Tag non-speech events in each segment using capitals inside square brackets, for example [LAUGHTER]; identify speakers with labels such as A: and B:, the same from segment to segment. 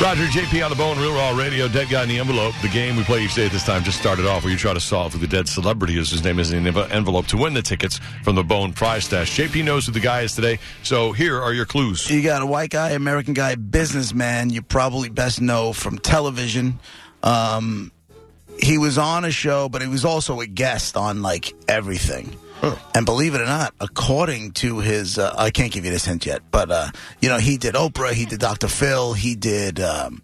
A: Roger JP on the bone, Real Raw Radio, Dead Guy in the Envelope. The game we play each day at this time just started off where you try to solve who the dead celebrity is. His name is in the env- envelope to win the tickets from the Bone Prize Stash. JP knows who the guy is today, so here are your clues.
B: You got a white guy, American guy, businessman. You probably best know from television. Um, he was on a show, but he was also a guest on like everything. And believe it or not, according to his, uh, I can't give you this hint yet, but uh, you know he did Oprah, he did Dr. Phil, he did um,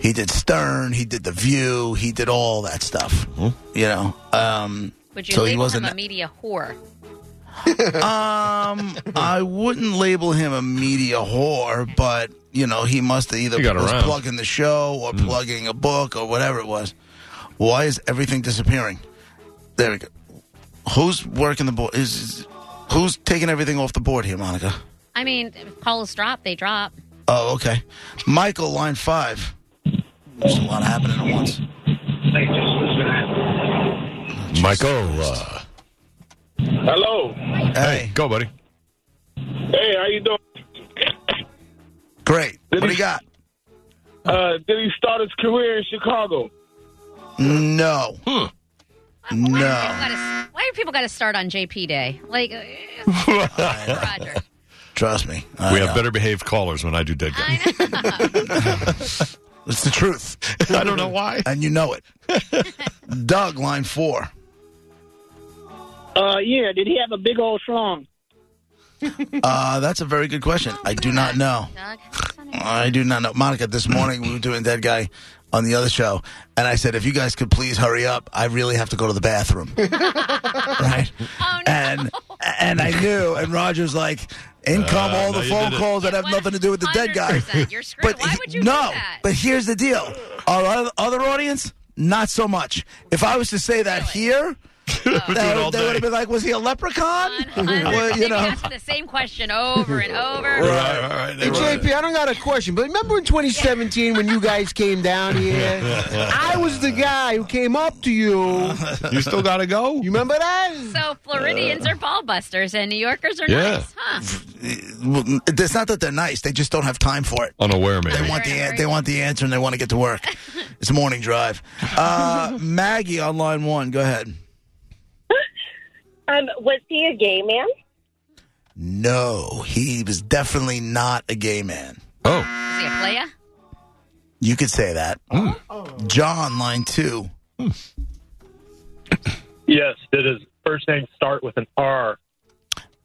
B: he did Stern, he did The View, he did all that stuff. You know, um,
C: Would you
B: so he
C: label him
B: wasn't.
C: a media whore?
B: um, I wouldn't label him a media whore, but you know he must have either
A: He got
B: was
A: around. Hmm.
B: plugging the show or plugging a book or whatever it was. Why is everything disappearing? There we go. Who's working the board? Is, is who's taking everything off the board here, Monica?
C: I mean, calls drop, they drop.
B: Oh, okay. Michael, line five. There's a lot happening at once.
A: Michael. Uh,
D: Hello.
B: Hey,
A: go, buddy.
D: Hey, how you doing?
B: great. What do you got?
D: Uh, did he start his career in Chicago?
B: No,
C: Why, do people
B: no.
C: gotta, why do people got to start on JP Day? Like, uh,
B: [LAUGHS]
C: Roger.
B: Trust me. I
A: We have
B: know.
A: better behaved callers when I do Dead Guy.
C: I know.
B: It's the truth.
A: I don't know why.
B: and you know it. Doug, line four.
E: Uh, yeah. Did he have a big old schlong?
B: [LAUGHS] Uh, that's a very good question. I do not know.
C: Doug, Oh, son of a-
B: I do not know. Monica, this morning we were doing Dead Guy on the other show, and I said, if you guys could please hurry up, I really have to go to the bathroom. right?
C: Oh, no. [LAUGHS]
B: And and I knew, and Roger's like, in come
A: Uh,
B: all
A: no,
B: the
A: you
B: phone
A: did it.
B: calls that have nothing to do with the Dead Guy.
C: 100%. You're screwed. Why
B: he-
C: would you
B: no,
C: do that?
B: but here's the deal. Our oth- other audience, not so much. If I was to say that here,
C: Oh.
A: We're
B: they,
A: doing all
B: would
A: day.
B: have been like, was he a leprechaun? [LAUGHS]
C: well,
B: Well, you know.
C: ask the same question over and over.
A: All right, all right,
F: Hey,
A: they were-
F: JP, I don't got a question, but remember in 2017 when you guys came down here? I was the guy who came up to you.
A: You still got to go?
F: You remember that?
C: So Floridians
B: uh,
C: are ball busters and New Yorkers are
A: Yeah.
C: nice, huh?
B: Well, It's not that they're nice; they just don't have time for it.
A: Unaware, maybe.
B: They want the
C: They're in a
B: an-
C: hurry.
B: they want the answer, and they want to get to work. it's a morning drive.
C: [LAUGHS]
B: Uh, Maggie on line one, go ahead.
G: Um, was he a gay man?
B: No, he was definitely not a gay man.
A: Oh,
C: Is he a playa?
B: You could say that.
A: Mm.
B: John, line two.
D: Yes. Did his first name start with an R?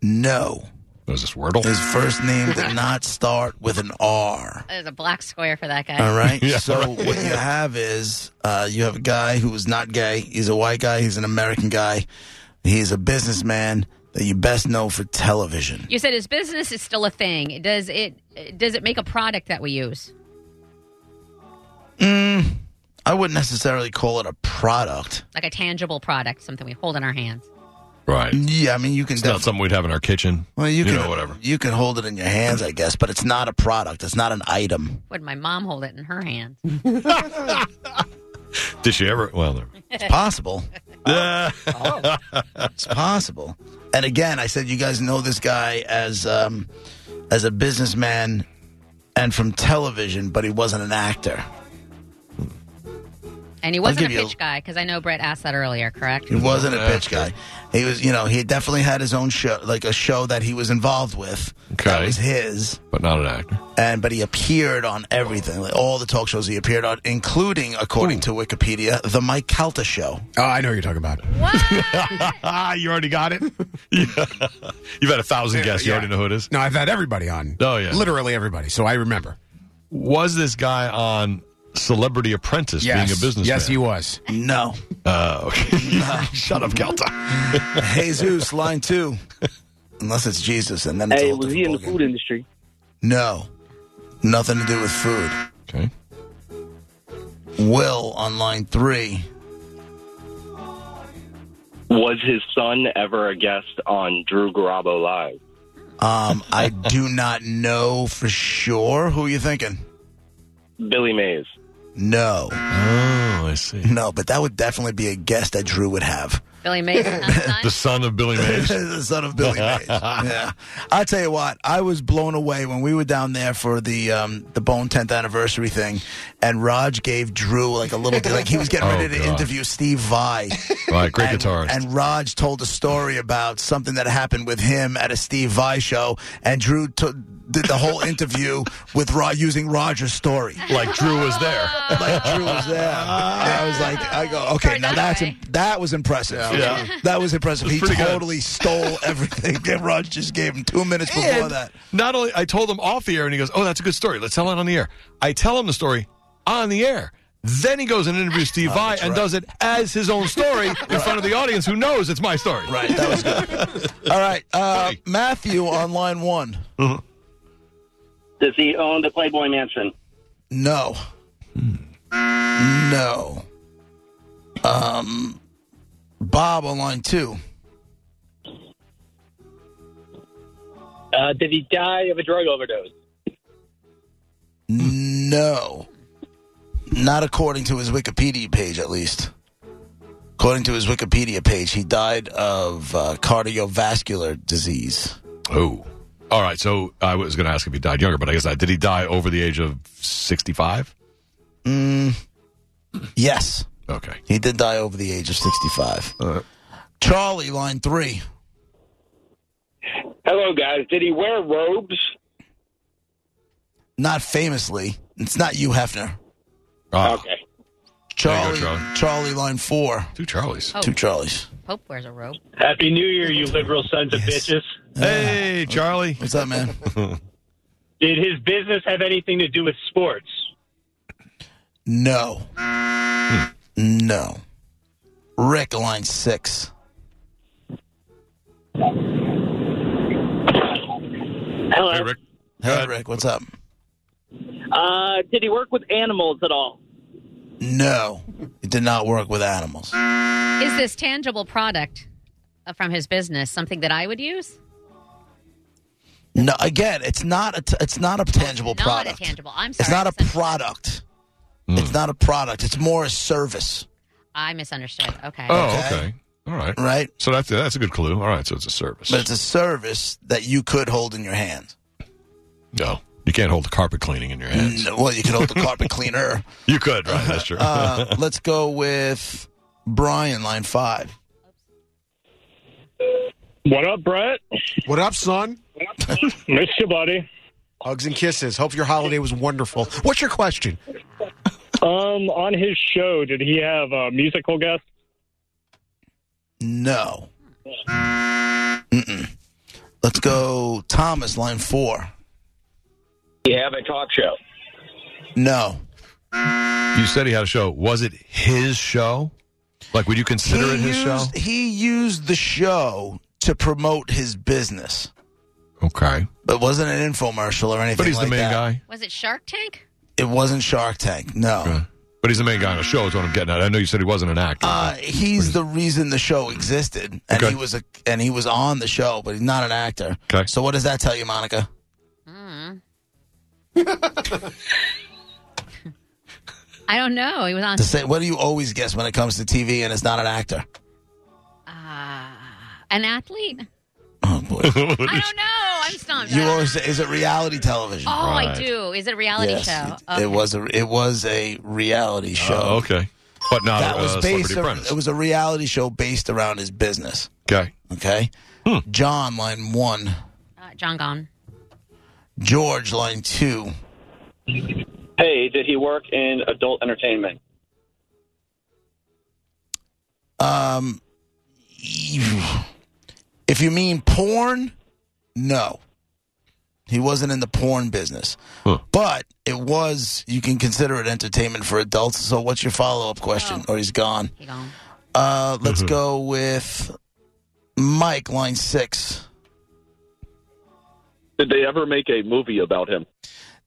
B: No,
A: was this Wordle?
B: his first name
A: [LAUGHS]
B: did not start with an R.
C: There's a black square for that guy.
B: All right.
A: [LAUGHS] Yeah,
B: so what you have is uh, you have a guy who is not gay. He's a white guy. He's an American guy. He's a businessman that you best know for television.
C: You said his business is still a thing. Does it does it make a product that we use?
B: I wouldn't necessarily call it a product.
C: Like a tangible product, something we hold in our hands.
A: Right.
B: Yeah, I mean you can
A: It's not
B: definitely.
A: something we'd have in our kitchen.
B: Well, you, can
A: know, whatever.
B: You can hold it in your hands, I guess, but it's not a product. It's not an item.
C: Would my mom hold it in her
B: [LAUGHS]
C: hand?
A: Did she ever? Well, never.
B: It's possible. [LAUGHS] it's possible. And again, I said you guys know this guy as um, as a businessman and from television, but he wasn't an actor.
C: And he wasn't a
B: give you a-
C: pitch guy because I know Brett asked that earlier, correct?
B: He wasn't a pitch guy. He was, you know, he definitely had his own show, like a show that he was involved with.
A: Okay.
B: That was his.
A: but not an actor.
B: and but he appeared on everything, like all the talk shows he appeared on, including, according to Wikipedia, the Mike Calta show.
H: Oh, I know what you're talking about.
B: [LAUGHS]
C: What?
H: Ah, you already
A: [LAUGHS]
H: got it.
A: You've had a thousand guests. You
H: yeah.
A: already know who it is.
H: No, I've had everybody on.
A: Oh, yeah.
H: literally everybody. So I remember.
A: Was this guy on Celebrity Apprentice
H: Yes.
A: being a businessman?
H: Yes, he was.
B: No.
A: Uh, okay. [LAUGHS] Shut up, Calta.
B: [LAUGHS] Jesus, line two. Unless it's Jesus, and then it's a
E: Hey,
B: whole
E: was he in the
B: different
E: food industry?
B: ballgame. No. Nothing to do with food.
A: Okay.
B: Will on line three.
G: Was his son ever a guest on Drew Garabo Live?
B: Um,
A: [LAUGHS]
B: I do not know for sure. Who are you thinking?
G: Billy Mays.
B: No.
A: Oh, I see.
B: No, but that would definitely be a guess that Drew would have.
C: Billy Mays.
A: The son of Billy
H: [LAUGHS]
A: Mays.
B: [LAUGHS] the son of Billy Mays. Yeah, I tell you what, I was blown away when we were down there for the um, the Bone 10th anniversary thing, and Raj gave Drew like a little like he was getting
A: [LAUGHS] Oh,
B: ready to
A: God.
B: interview Steve Vai.
A: Right, [LAUGHS] great
B: and,
A: guitarist.
B: And Raj told a story about something that happened with him at a Steve Vai show, and Drew took did
A: [LAUGHS]
B: the whole interview with Raj using Roger's story.
A: like Drew was there.
B: Like Drew was there. And I was like, I go, okay,
C: Or
B: now
C: that
B: that's
C: way.
B: that was impressive.
A: Yeah.
B: that was impressive. He
A: pretty good.
B: totally stole [LAUGHS] everything that Raj just gave him two minutes before
A: And
B: that.
A: Not only I told him off the air, and he goes, "Oh, that's a good story. Let's tell it on the air." I tell him the story on the air. Then he goes and interviews
H: [LAUGHS]
A: Steve
H: Oh,
A: Vai and does it as his own story in front of the audience, who knows it's my story.
B: Right, that was good. All right, uh, Matthew on line one.
E: Does he own the Playboy Mansion?
B: No, no. Um, Bob on line two.
D: Uh, did he die of a drug overdose?
B: No, not according to his Wikipedia page, at least. According to his Wikipedia page, he died of uh, cardiovascular disease.
A: Oh, all right. So I was going to ask if he died younger, but I guess not. Did he die over the age of sixty-five?
B: Yes.
A: Okay.
B: He did die over the age of 65.
A: All right.
B: Charlie, line three.
D: Hello, guys. Did he wear robes?
B: Not famously. It's not you, Hefner.
A: Ah,
D: Okay.
A: There you
B: Charlie,
A: go, Charlie.
B: Charlie, line four.
A: Two Charlies.
C: Oh.
B: Two Charlies.
C: Pope wears a robe.
D: Happy New Year, you liberal sons of bitches.
A: Hey, Charlie.
B: What's up, man?
D: Did his business have anything to do with sports?
B: no. No. Rick, line six.
E: Hello.
A: Hey, Rick.
B: Hey, Rick, what's up?
E: Uh, did he work with animals at all?
B: No. It did not work with animals.
C: Is this tangible product uh, from his business something that I would use?
B: No, again, it's not a t- it's not a tangible
C: Not
B: product.
C: a tangible. I'm sorry.
B: It's not
C: I
B: a
C: misun-
B: product. It's not a product. It's more a service,
C: I misunderstood. Okay.
A: Oh,
B: Okay.
A: okay. All right.
B: right?
A: So that's that's a good clue. All right. So it's a service.
B: But it's a service that you could hold in your hand.
A: no, you can't hold the carpet cleaning in your hands.
B: No, well, you could hold the carpet cleaner.
A: You could, right? That's true.
B: [LAUGHS] Uh, let's go with Brian, line five.
D: What up, Brett?
H: What up, son?
D: Missed you, buddy.
H: Hugs and kisses. Hope your holiday was wonderful. What's your question?
D: Um, on his show, did he have a musical guest?
B: No. Mm-mm. Let's go Thomas, line four.
D: He have a talk show.
B: No.
A: You said he had a show. Was it his show? Like, would you consider it his
B: used,
A: show?
B: he used the show to promote his business,
A: Okay.
B: but it wasn't an infomercial or anything.
A: But he's
B: like
A: the main
B: that.
A: guy.
C: Was it Shark Tank?
B: It wasn't Shark Tank. No.
A: Okay. But he's the main guy on the show, is what I'm getting at. I know you said he wasn't an actor.
B: Uh, he's the reason the show existed, and
A: Okay.
B: he was a and he was on the show, but he's not an actor.
A: Okay.
B: So what does that tell you, Monica?
C: I don't know. He was on.
B: To say what do you always guess when it comes to TV and it's not an actor?
C: An athlete?
B: Oh
A: [LAUGHS]
B: boy,
C: I don't know. I'm stumped. I
B: you
C: don't
B: always say, is it reality television?
C: Oh, I
A: Right.
C: do. Is it a reality
B: Yes,
C: show?
B: It, it was a it was a reality show.
A: oh, okay. But not
B: That
A: uh,
B: was
A: Celebrity
B: based. ar-
A: Apprentice.
B: It was a reality show based around his business.
A: okay.
B: Okay,
A: Hmm.
B: John line one,
C: Uh, John Gone.
B: George line two.
G: Hey, did he work in adult entertainment?
B: Um, if you mean porn, no. He He wasn't in the porn business.
A: Hmm.
B: But it was, you can consider it entertainment for adults. So what's your follow
C: Oh.
B: up question? Or he's gone. [LAUGHS]
C: Hang on.
B: Uh, let's
A: Mm-hmm.
B: go with Mike, line six.
G: Did they ever make a movie about him?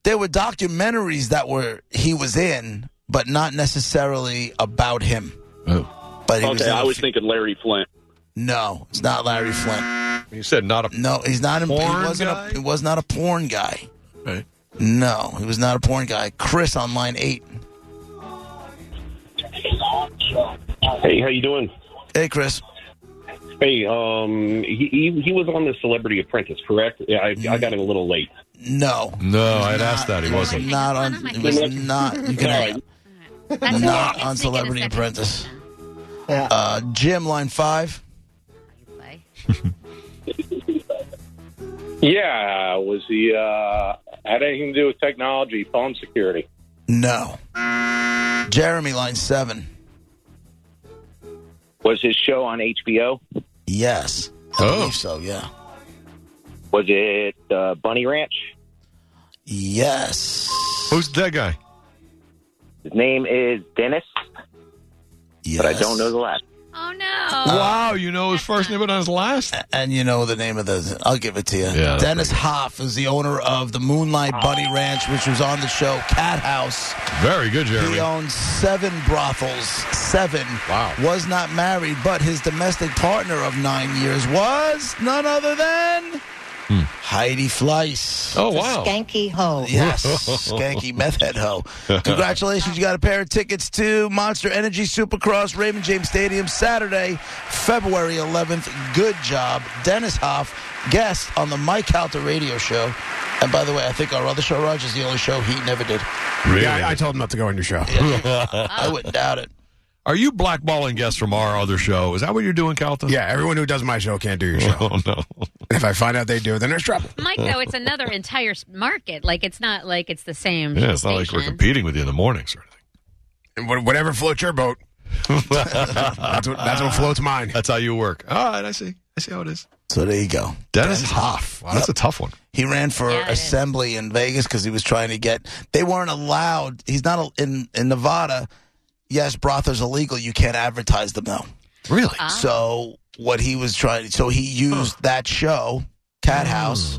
B: There were documentaries that were he was in, but not necessarily about him.
A: Oh.
B: But he was
G: Okay,
B: in
G: I
B: a
G: was
B: few-
G: thinking Larry Flint.
B: no, it's not Larry Flint.
A: You said not a.
B: No, he's not. A, he
A: Porn
B: wasn't.
A: guy?
B: A, he was not a porn guy.
A: Right.
B: No, he was not a porn guy. Chris on line eight.
E: Hey, how you doing?
B: Hey, Chris.
E: Hey, um, he, he, he was on the Celebrity Apprentice, correct? Yeah, I, I got in a little late.
B: Mm. No,
A: No, Oh, I'd
B: Not-
A: asked that. He wasn't.
B: Not
C: That's
B: on.
C: one
B: It
C: of my
B: was
C: favorites.
B: not. You can hang up. Not
C: That's okay.
B: on
C: Let's make it a
B: Celebrity
C: second Oh,
B: Apprentice.
C: question.
B: Uh, Jim, line five.
C: Play.
G: Yeah, was he uh, had anything to do with technology, phone security?
B: No. Jeremy, line seven.
E: Was his show on HBO?
B: Yes. I
A: Oh.
B: believe so. Yeah.
E: Was it uh, Bunny Ranch?
B: Yes.
A: Who's that guy?
E: His name is Dennis,
B: yes.
E: but I don't know the last.
C: Oh no.
A: wow, you know his first name, but not his last.
B: and you know the name of the. I'll give it to you.
A: that's
B: Dennis
A: pretty
B: Hoff is the owner of the Moonlight Bunny Ranch, which was on the show Cat House.
A: Very good, Jeremy.
B: He owns seven brothels. Seven.
A: Wow.
B: Was not married, but his domestic partner of nine years was none other than Heidi Fleiss.
A: Hmm. Oh wow.
I: Skanky hoe.
B: Yes,
A: [LAUGHS]
B: skanky meth head hoe. Congratulations, you got a pair of tickets to Monster Energy Supercross Raymond James Stadium Saturday, February 11th. Good job, Dennis Hoff, guest on the Mike Halter Radio Show. And by the way, I think our other show, Raj, is the only show he never did.
A: Really?
H: Yeah, I, I told him not to go on your show.
B: I wouldn't doubt it.
A: Are you blackballing guests from our other show? Is that what you're doing, Calton?
H: Yeah, everyone who does my show can't do your show.
A: Oh no.
H: if I find out they do, then there's trouble.
C: Mike, though, it's another entire s- market. Like, it's not like it's the same.
A: Yeah, it's not like we're
C: station.
A: competing with you in the mornings or anything.
H: And wha- Whatever floats
A: [LAUGHS]
H: your boat. that's, what, that's what floats mine.
A: That's how you work. All right, I see. I see how it is.
B: So there you go.
A: Dennis Hoff. Wow, that's a tough one.
B: He ran for
C: Yeah, it is.
B: assembly in Vegas because he was trying to get. They weren't allowed. He's not al- in in Nevada. Yes, brothels illegal. You can't advertise them though.
A: Really?
C: Ah.
B: So what he was trying, so he used that show,
C: Hmm.
B: Cat House,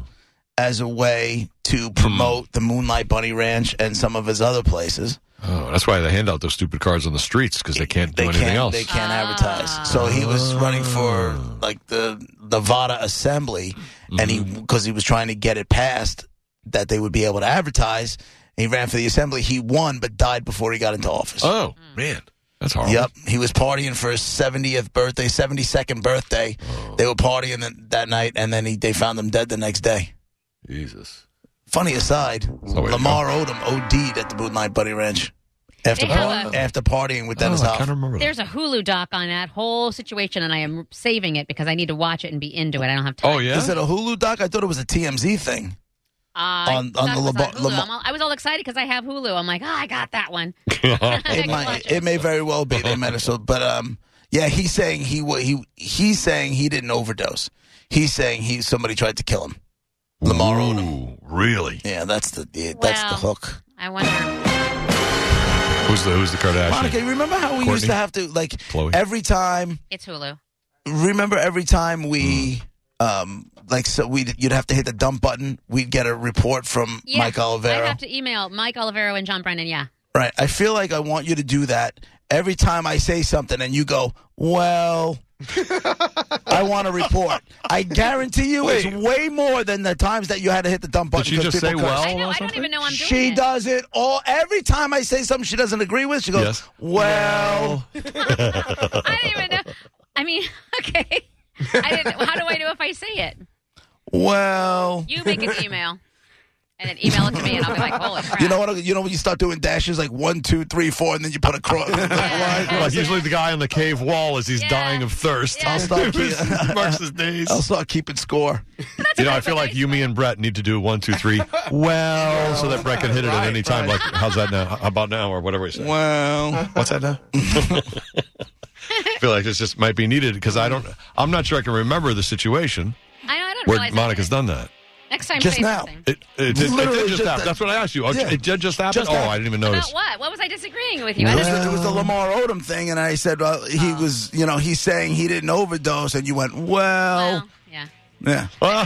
B: as a way to promote the Moonlight Bunny Ranch and some of his other places.
A: Oh, that's why they hand out those stupid cards on the streets because they can't do
B: They
A: anything
B: can't,
A: else.
B: they can't advertise. So he was running for like the Nevada Assembly, and he
A: Mm-hmm.
B: because he was trying to get it passed that they would be able to advertise. He ran for the assembly. He won, but died before he got into office.
A: Oh
C: Mm.
A: man, that's horrible.
B: Yep, he was partying for his seventieth birthday, seventy second birthday.
A: Oh.
B: They were partying th- that night, and then he, they found him dead the next day.
A: Jesus.
B: Funny aside,
A: the way to
B: Lamar Odom OD'd at the Moonlight Bunny Ranch after
C: They have a-
B: after partying with Dennis
A: oh, I
B: Hoff.
A: kind of remember.
C: There's
A: That.
C: a Hulu doc on that whole situation, and I am saving it because I need to watch it and be into it. I don't have time.
A: Oh yeah. [LAUGHS]
B: Is it a Hulu doc? I thought it was a TMZ thing.
C: Uh,
B: On- on
C: I
B: the
C: was
B: Labo-
C: Hulu.
B: Lamo-
C: I'm all- I was all excited because I have Hulu. I'm like, oh, I got that one. I
B: It
C: can
B: might.
C: watch
B: It may very well be. They might have sold, but um, yeah, he's saying he wa- he he's saying he didn't overdose. He's saying he somebody tried to kill him. Lamar Odom.
A: Ooh, really?
B: Yeah, that's the yeah, that's the
C: Wow.
B: hook.
C: I wonder.
A: Who's the Who's the Kardashian?
B: Monica, you remember how we used
A: Courtney?
B: to have to like
A: Chloe?
B: every time?
C: It's Hulu.
B: Remember every time we,
A: Mm.
B: um, like so we would you'd have to hit the dump button. We'd get a report from
C: Yeah,
B: Mike Olivero.
C: I have to email Mike Olivero and John Brennan. Yeah.
B: right, I feel like I want you to do that every time I say something, and you go,
A: [LAUGHS]
B: "Well, I want a report." I guarantee you, it's
A: Wait.
B: way more than the times that you had to hit the dump button.
A: Did she
B: 'cause
A: just
B: people
A: say,
B: curse.
A: "Well"?
C: I know.
A: or
C: I don't
A: something?
C: even know I'm doing
B: Oh, She
C: it.
B: does it all every time I say something she doesn't agree with. She goes,
A: Yes.
B: "Well,
C: I don't even know. I mean, [LAUGHS] okay. I didn't. How do I know if I say it?
B: well."
C: You make an email, and then email it to me, and I'll be like, holy crap.
B: You know what? You know when you start doing dashes like one, two, three, four, and then you put a cross. [LAUGHS]
C: Yeah.
A: Like usually the guy on the cave wall as he's
C: Yeah.
A: dying of thirst.
C: Yeah.
A: [LAUGHS]
C: I'll
B: stop you.
A: marks his days.
B: I'll start keeping score.
A: You know, I feel like you, me, and Brett need to do one, two, three. Well, so that Brett can hit it at any time. Like, how's that now? How about now, or whatever he said.
B: Well,
A: What's that now? I feel like this just might be needed because I don't. I'm not sure I can remember the situation
C: I know. I don't
A: where
C: realize I
A: Monica's
C: did
A: done that.
C: next time
B: Just
C: say
B: now.
C: something.
A: It, it, did- it
B: Literally
A: did just
B: just
A: happen.
B: that-
A: That's what I asked you. Oh,
B: Yeah.
A: It did just happen?
B: Just
A: oh,
B: that.
A: I didn't even
C: About
A: notice.
C: what? What was I disagreeing with you? I
B: It was,
C: don't know.
B: the, it was the Lamar Odom thing, and I said well,
C: Oh.
B: he was, you know, he's saying he didn't overdose, and you went, well,
C: Well, yeah. [LAUGHS]
B: yeah. [LAUGHS]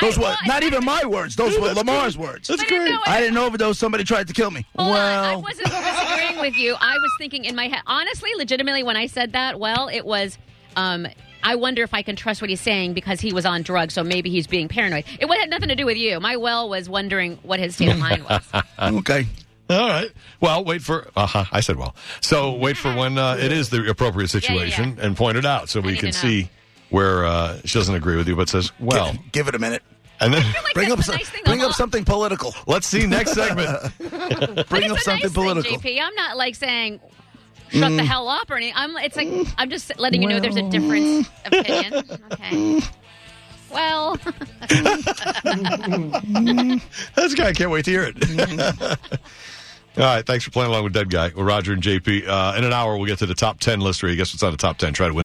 B: Those were not even my words; those were Lamar's words.
C: That's But I great. know it-
B: I didn't overdose. Somebody tried to kill me.
C: Hold on. I
B: well,
C: wasn't disagreeing with you. I was thinking in my head, honestly, legitimately, when I said that, well, it was. Um, I wonder if I can trust what he's saying because he was on drugs, so maybe he's being paranoid. It had nothing to do with you. My well was wondering what his state of mind was. [LAUGHS]
B: okay.
A: All right. Well, wait for. Uh-huh, I said well. So wait for when uh, it is the appropriate
C: yeah, yeah.
A: situation and point it out so we
C: need
A: can
C: to know.
A: see where uh, she doesn't agree with you, but says well,
B: give, give it a minute.
A: and then
C: Like,
B: Bring up
C: that's a
B: some,
C: nice thing
B: bring
C: I'm
B: up
C: all-
B: something political.
A: let's see next
B: [LAUGHS]
A: segment.
B: Bring up
C: It's a
B: something
C: nice
B: political. Mm.
C: Thing, JP. I'm not like saying shut the hell up or anything. I'm. It's like I'm just letting you know there's a difference of opinion. Okay. Well,
A: This guy can't wait to hear it. [LAUGHS] All right, thanks for playing along with Dead Guy. With Roger and JP. Uh, in an hour, we'll get to the top 10 list where you guess what's on the top 10. Try to win.